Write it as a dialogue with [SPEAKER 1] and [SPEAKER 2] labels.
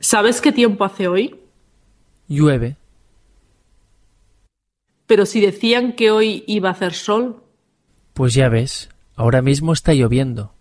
[SPEAKER 1] ¿Sabes qué tiempo hace hoy?
[SPEAKER 2] Llueve.
[SPEAKER 1] Pero si decían que hoy iba a hacer sol.
[SPEAKER 2] Pues ya ves, ahora mismo está lloviendo.